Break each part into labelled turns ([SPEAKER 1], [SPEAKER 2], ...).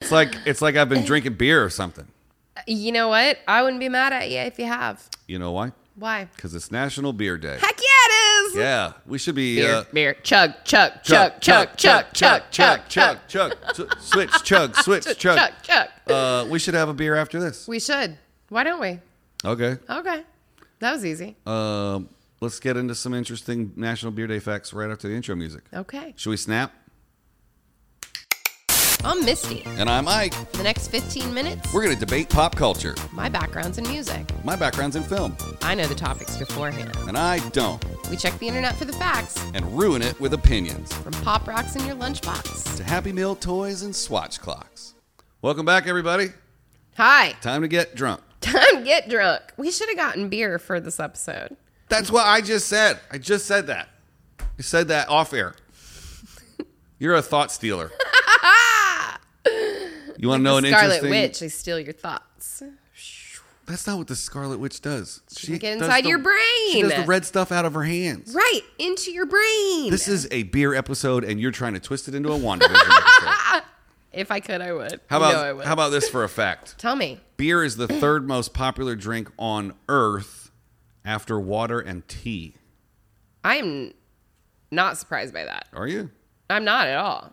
[SPEAKER 1] It's like it's like I've been drinking beer or something.
[SPEAKER 2] You know what? I wouldn't be mad at you if you have.
[SPEAKER 1] You know why?
[SPEAKER 2] Why?
[SPEAKER 1] Because it's National Beer Day.
[SPEAKER 2] Heck yeah, it is.
[SPEAKER 1] Yeah, we should be
[SPEAKER 2] Beer,
[SPEAKER 1] uh,
[SPEAKER 2] beer, chug, chug, chug, chug, chug, chug, chug, chug,
[SPEAKER 1] chug, chug, chug, switch, chug, switch, chug.
[SPEAKER 2] chug, chug.
[SPEAKER 1] Uh, we should have a beer after this.
[SPEAKER 2] We should. Why don't we?
[SPEAKER 1] Okay.
[SPEAKER 2] Okay, that was easy.
[SPEAKER 1] Um, let's get into some interesting National Beer Day facts right after the intro music.
[SPEAKER 2] Okay,
[SPEAKER 1] Should we snap?
[SPEAKER 2] I'm Misty.
[SPEAKER 1] And I'm Ike.
[SPEAKER 2] The next 15 minutes,
[SPEAKER 1] We're going to debate pop culture.
[SPEAKER 2] my background's in music.
[SPEAKER 1] My background's in film,
[SPEAKER 2] I know the topics beforehand.
[SPEAKER 1] and I don't.
[SPEAKER 2] We check the internet for the facts
[SPEAKER 1] And ruin it with opinions.
[SPEAKER 2] from pop rocks in your lunchbox.
[SPEAKER 1] To Happy Meal toys and swatch clocks. Welcome back, everybody.
[SPEAKER 2] Hi,
[SPEAKER 1] Time to get drunk.
[SPEAKER 2] time to get drunk. We should have gotten beer for this episode.
[SPEAKER 1] That's what I just said. I just said that. I said that off air. You're a thought stealer. You want to know Oh, an
[SPEAKER 2] the Scarlet
[SPEAKER 1] interesting?
[SPEAKER 2] Witch, I steal your thoughts.
[SPEAKER 1] That's not what the Scarlet Witch does. She
[SPEAKER 2] get
[SPEAKER 1] does
[SPEAKER 2] inside
[SPEAKER 1] the-
[SPEAKER 2] your brain.
[SPEAKER 1] She does the red stuff out of her hands.
[SPEAKER 2] Right into your brain.
[SPEAKER 1] This is a beer episode, and you're trying to twist it into a WandaVision episode.
[SPEAKER 2] if I could, I would.
[SPEAKER 1] How
[SPEAKER 2] No, I
[SPEAKER 1] about
[SPEAKER 2] would.
[SPEAKER 1] how about this for a fact?
[SPEAKER 2] Tell me.
[SPEAKER 1] Beer is the third most popular drink on Earth, after water and tea.
[SPEAKER 2] I'm not surprised by that.
[SPEAKER 1] Are you?
[SPEAKER 2] I'm not at all.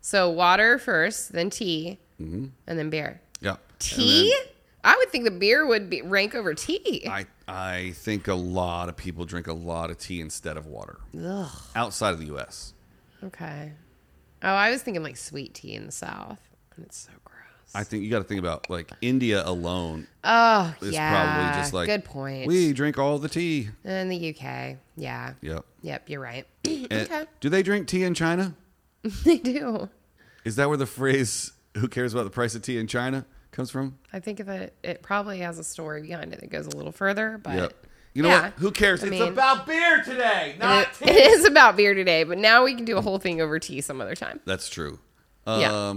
[SPEAKER 2] So water first, then tea, and then beer.
[SPEAKER 1] Yeah. Mm-hmm. And
[SPEAKER 2] Tea? I would think the beer would be rank over tea.
[SPEAKER 1] then I I think a lot of people drink a lot of tea instead of water
[SPEAKER 2] Ugh.
[SPEAKER 1] outside of the U.S.
[SPEAKER 2] Okay. Oh, I was thinking like sweet tea in the South, and it's so gross.
[SPEAKER 1] I think you got to think about like India alone
[SPEAKER 2] Oh,
[SPEAKER 1] is
[SPEAKER 2] yeah.
[SPEAKER 1] probably just like
[SPEAKER 2] good point.
[SPEAKER 1] We drink all the tea.
[SPEAKER 2] in the UK, yeah.
[SPEAKER 1] Yep.
[SPEAKER 2] Yep, you're right.
[SPEAKER 1] And
[SPEAKER 2] okay,
[SPEAKER 1] Do they drink tea in China?
[SPEAKER 2] they do.
[SPEAKER 1] Is that where the phrase "Who cares about the price of tea in China" comes from?
[SPEAKER 2] I think that it, probably has a story behind it that goes a little further, but
[SPEAKER 1] Yep. You know
[SPEAKER 2] yeah.
[SPEAKER 1] what? Who cares?
[SPEAKER 2] I
[SPEAKER 1] it's
[SPEAKER 2] mean-
[SPEAKER 1] about beer today, not
[SPEAKER 2] It-
[SPEAKER 1] tea.
[SPEAKER 2] it is about beer today, but now we can do a whole thing over tea some other time.
[SPEAKER 1] That's true. Um,
[SPEAKER 2] Yeah.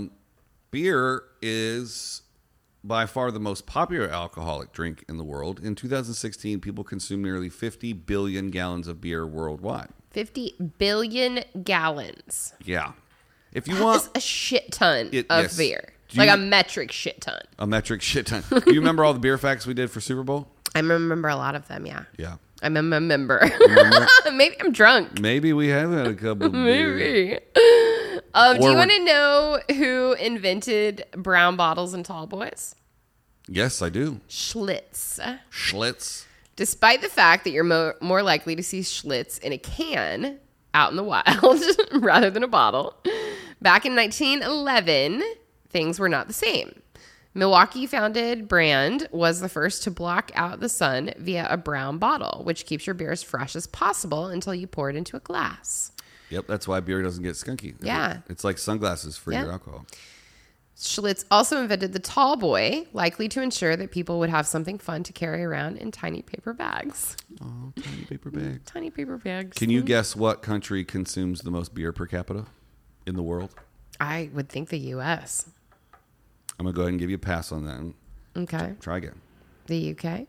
[SPEAKER 1] Beer is by far the most popular alcoholic drink in the world. In 2016, people consumed nearly 50 billion gallons of beer worldwide.
[SPEAKER 2] 50 billion gallons.
[SPEAKER 1] Yeah. If you
[SPEAKER 2] That's
[SPEAKER 1] want
[SPEAKER 2] a shit ton
[SPEAKER 1] It-
[SPEAKER 2] of
[SPEAKER 1] yes.
[SPEAKER 2] beer.
[SPEAKER 1] Do
[SPEAKER 2] like
[SPEAKER 1] you-
[SPEAKER 2] a metric shit ton.
[SPEAKER 1] a metric shit ton, you remember all the beer facts we did for Super Bowl?
[SPEAKER 2] I remember a lot of them, yeah.
[SPEAKER 1] Yeah.
[SPEAKER 2] I'm a member. Maybe I'm drunk.
[SPEAKER 1] Maybe we have had a couple of beers.
[SPEAKER 2] Maybe. Um, do
[SPEAKER 1] Or-
[SPEAKER 2] you want to know who invented brown bottles and tall boys?
[SPEAKER 1] Yes, I do.
[SPEAKER 2] Schlitz.
[SPEAKER 1] Schlitz.
[SPEAKER 2] Despite the fact that you're mo- more likely to see Schlitz in a can out in the wild rather than a bottle, back in 1911, things were not the same. Milwaukee founded brand was the first to block out the sun via a brown bottle, which keeps your beer as fresh as possible until you pour it into a glass.
[SPEAKER 1] Yep, that's why beer doesn't get skunky.
[SPEAKER 2] Yeah.
[SPEAKER 1] It's like sunglasses for
[SPEAKER 2] Yeah.
[SPEAKER 1] your alcohol.
[SPEAKER 2] Schlitz also invented the tall boy, likely to ensure that people would have something fun to carry around in tiny paper bags.
[SPEAKER 1] Oh, tiny paper bag.
[SPEAKER 2] Tiny paper bags.
[SPEAKER 1] Can you guess what country consumes the most beer per capita in the world?
[SPEAKER 2] I would think the US.
[SPEAKER 1] I'm gonna go ahead and give you a pass on that and
[SPEAKER 2] Okay.
[SPEAKER 1] try again.
[SPEAKER 2] The UK?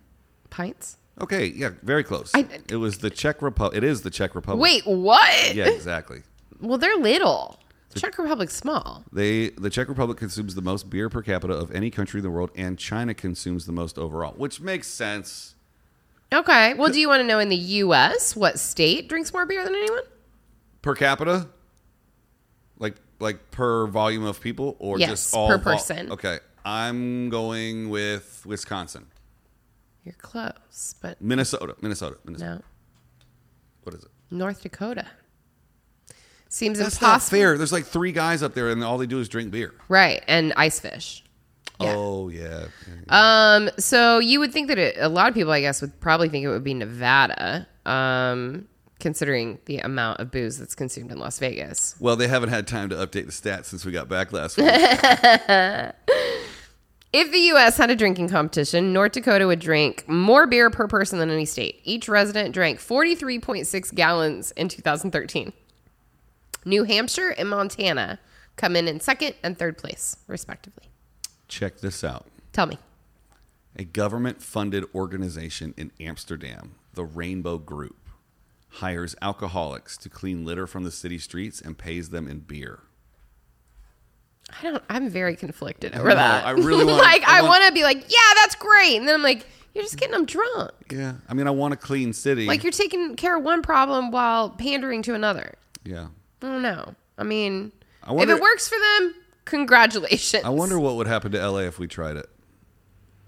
[SPEAKER 2] Pints?
[SPEAKER 1] Okay, yeah, very close.
[SPEAKER 2] I-
[SPEAKER 1] it was the Czech Republic. It is the Czech Republic.
[SPEAKER 2] Wait, what?
[SPEAKER 1] Yeah, exactly.
[SPEAKER 2] Well, they're little. Czech Republic's small.
[SPEAKER 1] They the Czech Republic consumes the most beer per capita of any country in the world, and China consumes the most overall, which makes sense.
[SPEAKER 2] Okay. Well, do you want to know in the US what state drinks more beer than anyone?
[SPEAKER 1] Per capita, like like per volume of people, or
[SPEAKER 2] Yes,
[SPEAKER 1] just all
[SPEAKER 2] per
[SPEAKER 1] vol-
[SPEAKER 2] person.
[SPEAKER 1] Okay, I'm going with Wisconsin,
[SPEAKER 2] You're close, but
[SPEAKER 1] Minnesota, Minnesota, Minnesota.
[SPEAKER 2] no.
[SPEAKER 1] What is it?
[SPEAKER 2] North Dakota. Seems
[SPEAKER 1] That's
[SPEAKER 2] impossible.
[SPEAKER 1] not fair. There's like three guys up there, and all they do is drink beer.
[SPEAKER 2] Right. And ice fish. Yeah.
[SPEAKER 1] Oh yeah.
[SPEAKER 2] Um, so you would think that it, a lot of people, I guess, would probably think it would be Nevada, um, considering the amount of booze that's consumed in Las Vegas.
[SPEAKER 1] Well, they haven't had time to update the stats since we got back last week.
[SPEAKER 2] If the U.S. had a drinking competition, North Dakota would drink more beer per person than any state. Each resident drank 43.6 gallons in 2013. New Hampshire and Montana come in in second and third place, respectively.
[SPEAKER 1] Check this out.
[SPEAKER 2] Tell me.
[SPEAKER 1] A government funded organization in Amsterdam, the Rainbow Group, hires alcoholics to clean litter from the city streets and pays them in beer.
[SPEAKER 2] I don't. I'm very conflicted over that.
[SPEAKER 1] I really wanna-
[SPEAKER 2] like.
[SPEAKER 1] I
[SPEAKER 2] I
[SPEAKER 1] want-
[SPEAKER 2] want to be like, yeah, that's great, and then I'm like, you're just getting them drunk.
[SPEAKER 1] Yeah. I mean, I want a clean city.
[SPEAKER 2] Like you're taking care of one problem while pandering to another.
[SPEAKER 1] yeah.
[SPEAKER 2] I don't know. I mean,
[SPEAKER 1] I wonder-
[SPEAKER 2] if it works for them, congratulations.
[SPEAKER 1] I wonder what would happen to LA if we tried it.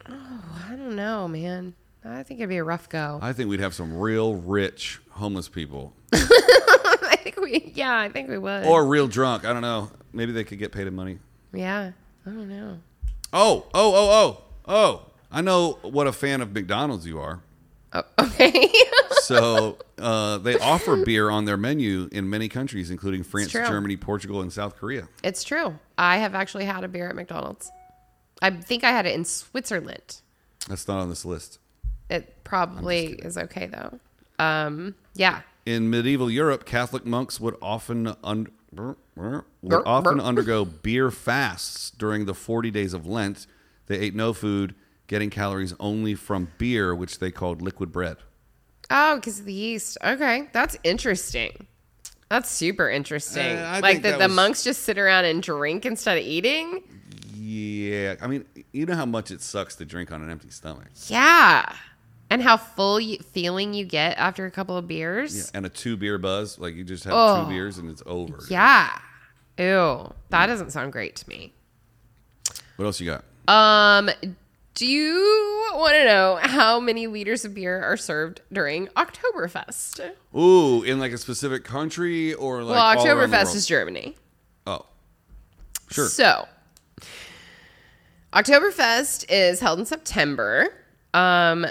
[SPEAKER 2] I don't know, man. I think it'd be a rough go.
[SPEAKER 1] I think we'd have some real rich homeless people
[SPEAKER 2] I think we, yeah, I think we would.
[SPEAKER 1] or real drunk. I don't know. Maybe they could get paid in money.
[SPEAKER 2] yeah, I don't know.
[SPEAKER 1] Oh, oh, oh, oh, oh. I know what a fan of McDonald's you are.
[SPEAKER 2] Oh, okay.
[SPEAKER 1] So uh, they offer beer on their menu in many countries, including France,
[SPEAKER 2] true.
[SPEAKER 1] Germany, Portugal, and South Korea.
[SPEAKER 2] it's true. I have actually had a beer at McDonald's. I think I had it in Switzerland.
[SPEAKER 1] That's not on this list.
[SPEAKER 2] It probably is okay though. Um, yeah.
[SPEAKER 1] In medieval Europe, Catholic monks would often un- would often undergo beer fasts during the 40 days of Lent. They ate no food, getting calories only from beer, which they called liquid bread.
[SPEAKER 2] Oh, because of the yeast. Okay, that's interesting. That's super interesting.
[SPEAKER 1] Uh, I think
[SPEAKER 2] like that,
[SPEAKER 1] that
[SPEAKER 2] the
[SPEAKER 1] was-
[SPEAKER 2] monks just sit around and drink instead of eating.
[SPEAKER 1] Yeah, I mean, you know how much it sucks to drink on an empty stomach
[SPEAKER 2] Yeah. And how full you, feeling you get after a couple of beers.
[SPEAKER 1] and a two beer buzz. Like you just have
[SPEAKER 2] Oh.
[SPEAKER 1] two beers and it's over.
[SPEAKER 2] Yeah. Ew. That doesn't sound great to me.
[SPEAKER 1] What else you got?
[SPEAKER 2] Um, do you want to know how many liters of beer are served during Oktoberfest?
[SPEAKER 1] Ooh, in like a specific country or like
[SPEAKER 2] well,
[SPEAKER 1] all around the
[SPEAKER 2] Oktoberfest
[SPEAKER 1] world?
[SPEAKER 2] is Germany.
[SPEAKER 1] oh, sure.
[SPEAKER 2] So, Oktoberfest is held in September. Um,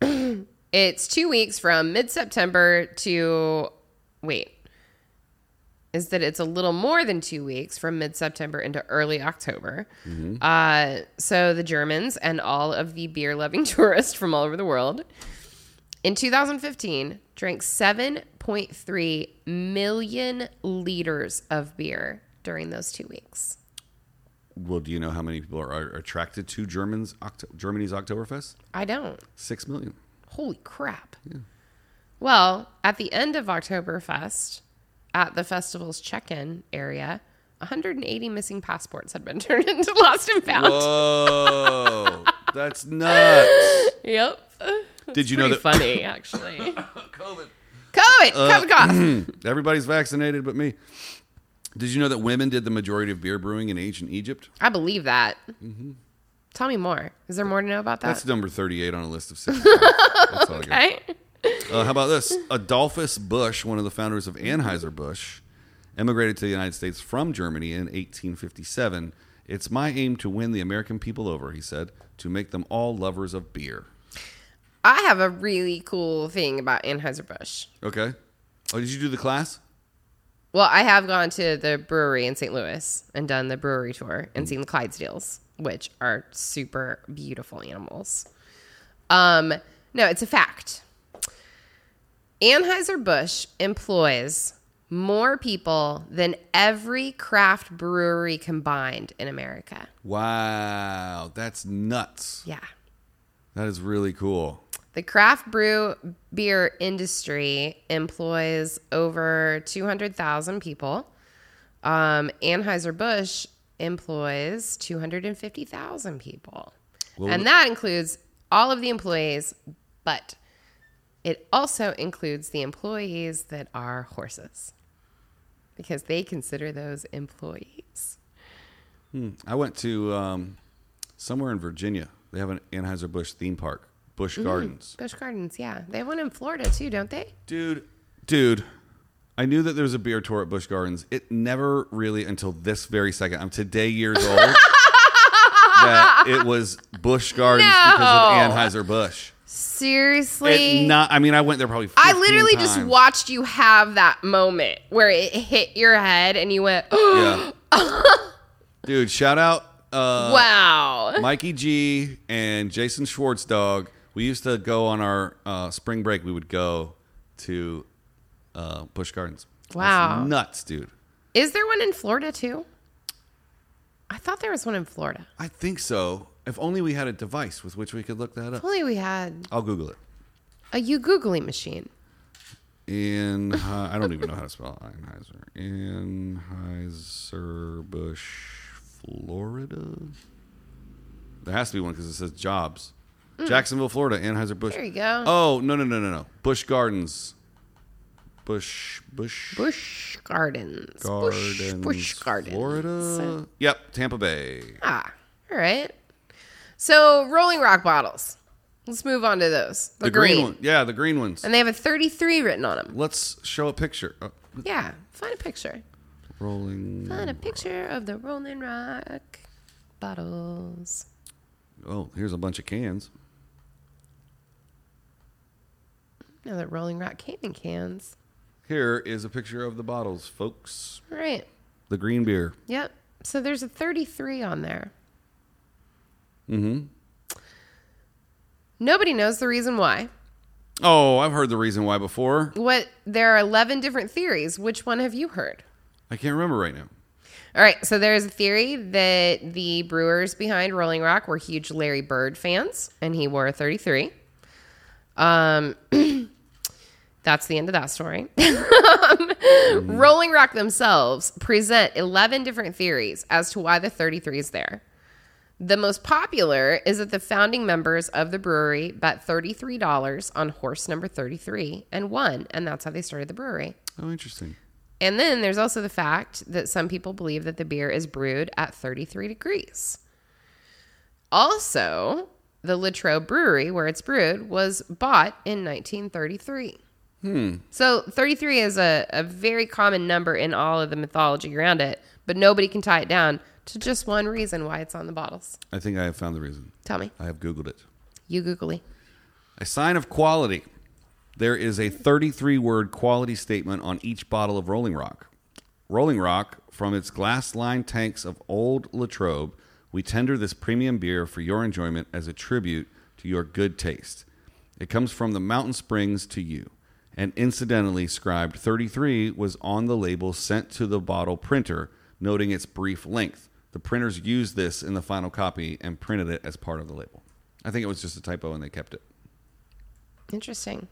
[SPEAKER 2] it's two weeks from mid September to wait. Is that it's a little more than two weeks from mid September into early October. Uh, so the Germans and all of the beer loving tourists from all over the world in 2015 drank 7.3 million liters of beer during those two weeks.
[SPEAKER 1] Well, do you know how many people are, are attracted to Germans Oct- Germany's Oktoberfest?
[SPEAKER 2] I don't.
[SPEAKER 1] Six million.
[SPEAKER 2] Holy crap. Well, at the end of Oktoberfest, at the festival's check in area, 180 missing passports had been turned into lost and found.
[SPEAKER 1] Whoa, that's nuts!
[SPEAKER 2] Yep.
[SPEAKER 1] Did you know
[SPEAKER 2] Pretty
[SPEAKER 1] that Uh,
[SPEAKER 2] funny, actually. COVID. COVID. COVID
[SPEAKER 1] mm-hmm.
[SPEAKER 2] cough.
[SPEAKER 1] Hmm. everybody's vaccinated but me? Did you know that women did the majority of beer brewing in ancient Egypt?
[SPEAKER 2] I believe that. Tell me more. Is there more to know about that?
[SPEAKER 1] Mm-hmm. That's number thirty-eight on a list of six. That's all I got.
[SPEAKER 2] Okay.
[SPEAKER 1] Uh, how about this? Adolphus Bush, one of the founders of Anheuser Busch, emigrated to the United States from Germany in 1857. It's my aim to win the American people over, he said, to make them all lovers of beer.
[SPEAKER 2] I have a really cool thing about Anheuser-Busch.
[SPEAKER 1] Okay. Oh, did you do the class?
[SPEAKER 2] Well, I have gone to the brewery in St. Louis and done the brewery tour and seen the Clydesdales, which are super beautiful animals. Um, no, it's a fact. Anheuser-Busch employs more people than every craft brewery combined in America.
[SPEAKER 1] Wow, that's nuts.
[SPEAKER 2] Yeah.
[SPEAKER 1] That is really cool.
[SPEAKER 2] The craft brew beer industry employs over 200,000 people. Um, Anheuser-Busch employs 250,000 people.
[SPEAKER 1] Well,
[SPEAKER 2] and that includes all of the employees, but it also includes the employees that are horses because they consider those employees.
[SPEAKER 1] I went to um, somewhere in Virginia. They have an Anheuser Busch theme park, Busch Gardens.
[SPEAKER 2] Busch Gardens, yeah. They have one in Florida too, don't they?
[SPEAKER 1] Dude, dude, I knew that there was a beer tour at Busch Gardens. It never really, until this very second, I'm today years old, that it was Busch Gardens
[SPEAKER 2] No.
[SPEAKER 1] because of Anheuser Busch.
[SPEAKER 2] Seriously?
[SPEAKER 1] It not, I mean, I went there probably. 15
[SPEAKER 2] I literally just
[SPEAKER 1] times.
[SPEAKER 2] watched you have that moment where it hit your head and you went, oh,
[SPEAKER 1] Yeah. Dude, shout out uh,
[SPEAKER 2] wow.
[SPEAKER 1] Mikey G and Jason Schwartz dog. We used to go on our uh, spring break. We would go to uh, Busch Gardens. That's
[SPEAKER 2] Wow.
[SPEAKER 1] nuts, dude.
[SPEAKER 2] Is there one in Florida too? I thought there was one in Florida.
[SPEAKER 1] I think so. If only we had a device with which we could look that up.
[SPEAKER 2] Only we had
[SPEAKER 1] I'll Google it.
[SPEAKER 2] a you googly machine.
[SPEAKER 1] In I don't even know how to spell Anheuser. Anheuser Busch Florida. There has to be one because it says jobs. Jacksonville, Florida, Anheuser Busch.
[SPEAKER 2] Mm. There you go.
[SPEAKER 1] Oh no no no no no. Bush Gardens. Bush Bush
[SPEAKER 2] Bush Gardens. Bush,
[SPEAKER 1] Gardens.
[SPEAKER 2] Bush Gardens.
[SPEAKER 1] Florida. Yep, Tampa Bay.
[SPEAKER 2] Ah, all right. So rolling rock bottles. Let's move on to those. The,
[SPEAKER 1] The green. one. Yeah, the green ones.
[SPEAKER 2] And they have a 33 written on them.
[SPEAKER 1] Let's show a picture. Oh,
[SPEAKER 2] Yeah. Find a picture.
[SPEAKER 1] rolling.
[SPEAKER 2] Find a picture of the rolling rock bottles.
[SPEAKER 1] Oh, here's a bunch of cans.
[SPEAKER 2] Now that rolling rock came in cans.
[SPEAKER 1] Here is a picture of the bottles, folks.
[SPEAKER 2] All right.
[SPEAKER 1] The green beer.
[SPEAKER 2] Yep. So there's a 33 on there.
[SPEAKER 1] Mm-hmm.
[SPEAKER 2] Nobody knows the reason why.
[SPEAKER 1] Oh, I've heard the reason why before.
[SPEAKER 2] What there are 11 different theories. Which one have you heard?
[SPEAKER 1] I can't remember right now.
[SPEAKER 2] All right, so there's a theory that the brewers behind Rolling Rock were huge Larry Bird fans, and he wore a 33. Um, that's the end of that story. Rolling Rock themselves present 11 different theories as to why the 33 is there. The most popular is that the founding members of the brewery bet $33 on horse number 33 and won, and that's how they started the brewery.
[SPEAKER 1] Oh, interesting.
[SPEAKER 2] And then there's also the fact that some people believe that the beer is brewed at 33 degrees. Also, the Latrobe Brewery, where it's brewed, was bought in 1933. Hmm. So 33 is a, a very common number in all of the mythology around it, but nobody can tie it down to just one reason why it's on the bottles.
[SPEAKER 1] I think I have found the reason.
[SPEAKER 2] Tell me,
[SPEAKER 1] I have Googled it.
[SPEAKER 2] you googly.
[SPEAKER 1] A sign of quality. There is a 33 word quality statement on each bottle of Rolling Rock. Rolling Rock, from its glass lined tanks of old Latrobe, we tender this premium beer for your enjoyment as a tribute to your good taste. It comes from the mountain springs to you. And incidentally, scribed 33 was on the label sent to the bottle printer, noting its brief length. The printers used this in the final copy and printed it as part of the label. I think it was just a typo and they kept it.
[SPEAKER 2] Interesting.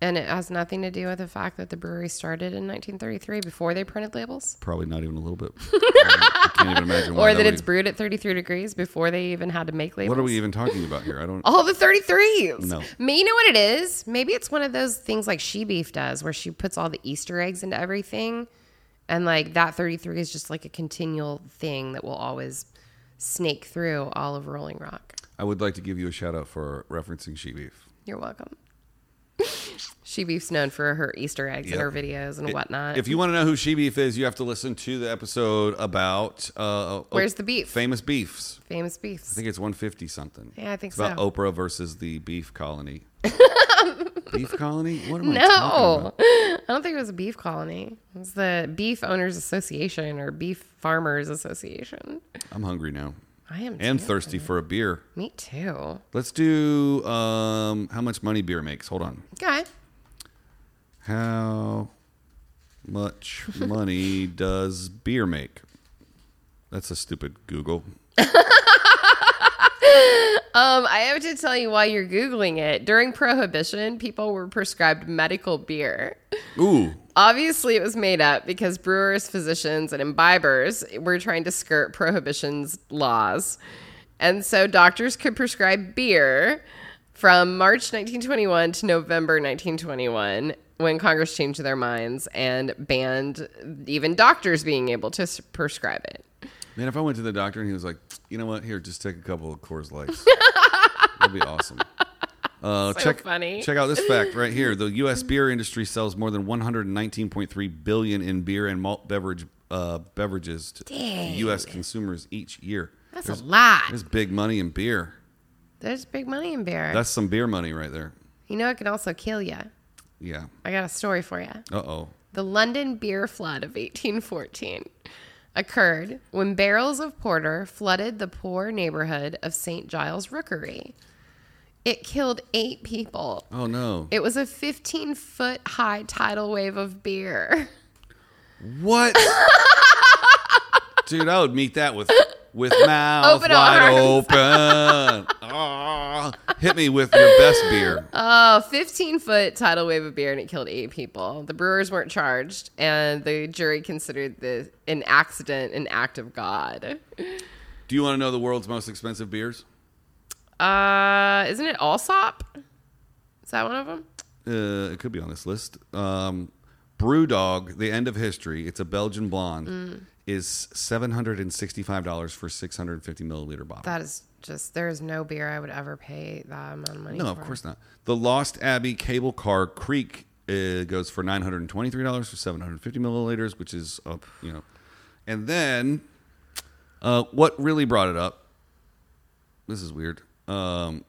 [SPEAKER 2] And it has nothing to do with the fact that the brewery started in 1933 before they printed labels?
[SPEAKER 1] Probably not even a little bit. I can't even imagine. why
[SPEAKER 2] or that
[SPEAKER 1] would-
[SPEAKER 2] it's brewed at 33 degrees before they even had to make labels.
[SPEAKER 1] What are we even talking about here? I don't.
[SPEAKER 2] All the 33s.
[SPEAKER 1] No.
[SPEAKER 2] Me, you know what it is? Maybe it's one of those things like She Beef does where she puts all the Easter eggs into everything. And like that 33 is just like a continual thing that will always snake through all of Rolling Rock.
[SPEAKER 1] I would like to give you a shout out for referencing sheep beef.
[SPEAKER 2] You're welcome. she Beef's known for her Easter eggs and
[SPEAKER 1] Yeah.
[SPEAKER 2] her videos and whatnot.
[SPEAKER 1] If you want to know who sheep beef is, you have to listen to the episode about uh,
[SPEAKER 2] Where's
[SPEAKER 1] oh,
[SPEAKER 2] the beef?
[SPEAKER 1] Famous beefs.
[SPEAKER 2] Famous
[SPEAKER 1] I
[SPEAKER 2] beefs.
[SPEAKER 1] think it's 150 something.
[SPEAKER 2] Yeah, I think
[SPEAKER 1] it's about
[SPEAKER 2] so.
[SPEAKER 1] Oprah versus the beef colony. beef colony? What am I talking
[SPEAKER 2] No,
[SPEAKER 1] about?
[SPEAKER 2] I don't think it was a beef colony. It was the Beef Owners Association or Beef Farmers Association.
[SPEAKER 1] I'm hungry now
[SPEAKER 2] I am
[SPEAKER 1] and
[SPEAKER 2] too.
[SPEAKER 1] thirsty for a beer.
[SPEAKER 2] Me too.
[SPEAKER 1] Let's do um, how much money beer makes. Hold on.
[SPEAKER 2] Okay.
[SPEAKER 1] How much money does beer make? That's a stupid Google.
[SPEAKER 2] Um, I have to tell you while you're googling it. During Prohibition, people were prescribed medical beer.
[SPEAKER 1] Ooh,
[SPEAKER 2] Obviously, it was made up because brewers, physicians, and imbibers were trying to skirt prohibition's laws. And so doctors could prescribe beer from March 1921 to November 1921 when Congress changed their minds and banned even doctors being able to s- prescribe it.
[SPEAKER 1] man! If I went to the doctor and he was like, "You know what? Here, just take a couple of Coors Lights." That'd be awesome. Uh, check
[SPEAKER 2] funny.
[SPEAKER 1] check out this fact right here. The U.S. beer industry sells more than 119.3 billion in beer and malt beverage uh, beverages to U.S. consumers each year.
[SPEAKER 2] That's
[SPEAKER 1] there's,
[SPEAKER 2] a lot.
[SPEAKER 1] there's big money in beer.
[SPEAKER 2] There's big money in beer.
[SPEAKER 1] That's some beer money right there.
[SPEAKER 2] you know, it can also kill you.
[SPEAKER 1] Yeah.
[SPEAKER 2] I got a story for you.
[SPEAKER 1] Uh oh.
[SPEAKER 2] The London beer flood of 1814 occurred when barrels of porter flooded the poor neighborhood of St. Giles Rookery. It killed eight people.
[SPEAKER 1] Oh no.
[SPEAKER 2] It was a 15 foot high tidal wave of beer.
[SPEAKER 1] What? Dude, I would meet that with with mouth
[SPEAKER 2] Open
[SPEAKER 1] wide
[SPEAKER 2] arms.
[SPEAKER 1] open. Ah, Hit me with your best beer.
[SPEAKER 2] Oh, 15 foot tidal wave of beer and it killed eight people. The brewers weren't charged, and the jury considered the an accident an act of God.
[SPEAKER 1] Do you want to know the world's most expensive beers?
[SPEAKER 2] Uh, isn't it Allsop? Is that one of them?
[SPEAKER 1] Uh, it could be on this list. Um, Brewdog, The End of History. It's a Belgian blonde. Is seven hundred and sixty-five dollars for six hundred and fifty milliliter bottle.
[SPEAKER 2] That is just there is no beer I would ever pay that amount of money.
[SPEAKER 1] No,
[SPEAKER 2] for.
[SPEAKER 1] of course not. The Lost Abbey Cable Car Creek uh, goes for nine hundred and twenty-three dollars for seven hundred fifty milliliters, which is up, you know. And then, uh, what really brought it up? This is weird. Um,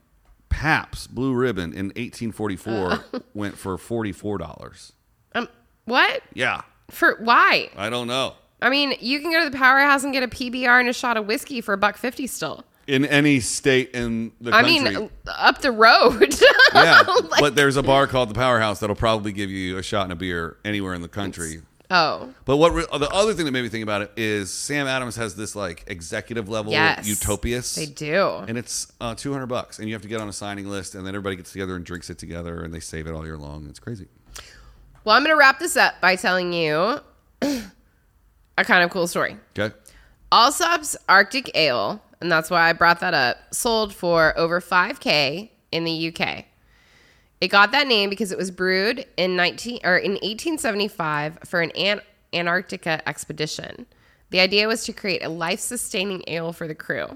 [SPEAKER 1] Pabst Blue Ribbon in eighteen forty-four
[SPEAKER 2] Oh.
[SPEAKER 1] went for forty-four dollars.
[SPEAKER 2] Um, what
[SPEAKER 1] Yeah,
[SPEAKER 2] for? Why?
[SPEAKER 1] I don't know.
[SPEAKER 2] I mean, you can go to the powerhouse and get a PBR and a shot of whiskey for a buck fifty still.
[SPEAKER 1] In any state in the
[SPEAKER 2] I
[SPEAKER 1] country,
[SPEAKER 2] mean, uh, up the road.
[SPEAKER 1] yeah.
[SPEAKER 2] Like-
[SPEAKER 1] but there's a bar called the Powerhouse that'll probably give you a shot and a beer anywhere in the country.
[SPEAKER 2] oh,
[SPEAKER 1] But what re- the other thing that made me think about it is Sam Adams has this like executive level
[SPEAKER 2] yes.
[SPEAKER 1] utopias,
[SPEAKER 2] They do.
[SPEAKER 1] and it's uh, two hundred bucks, and you have to get on a signing list, and then everybody gets together and drinks it together, and they save it all year long. It's crazy.
[SPEAKER 2] Well, I'm going to wrap this up by telling you a kind of cool story.
[SPEAKER 1] Okay,
[SPEAKER 2] Allsop's Arctic Ale, and that's why I brought that up, sold for over 5K in the UK. It got that name because it was brewed in 19 or in 1875 for an, Ant- Antarctica expedition. The idea was to create a life-sustaining ale for the crew.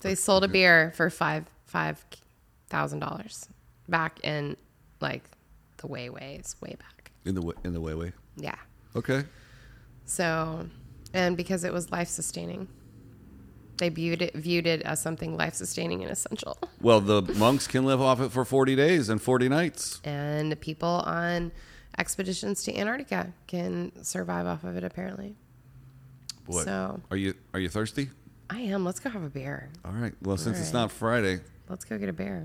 [SPEAKER 2] They sold a beer for five five thousand dollars back in like the way ways way back.
[SPEAKER 1] in the wa- in the way way.
[SPEAKER 2] Yeah.
[SPEAKER 1] Okay,
[SPEAKER 2] So, and because it was life sustaining, they viewed it viewed it as something life sustaining and essential.
[SPEAKER 1] well the monks can live off it for forty days and forty nights.
[SPEAKER 2] And the people on expeditions to Antarctica can survive off of it. Apparently,
[SPEAKER 1] What
[SPEAKER 2] So-
[SPEAKER 1] are you are you thirsty?
[SPEAKER 2] I am. Let's go have a beer.
[SPEAKER 1] All right. Well, since it's
[SPEAKER 2] right.
[SPEAKER 1] not Friday,
[SPEAKER 2] Let's go get a beer.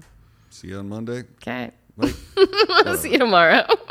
[SPEAKER 1] see you on Monday.
[SPEAKER 2] Okay.
[SPEAKER 1] Like,
[SPEAKER 2] See you tomorrow.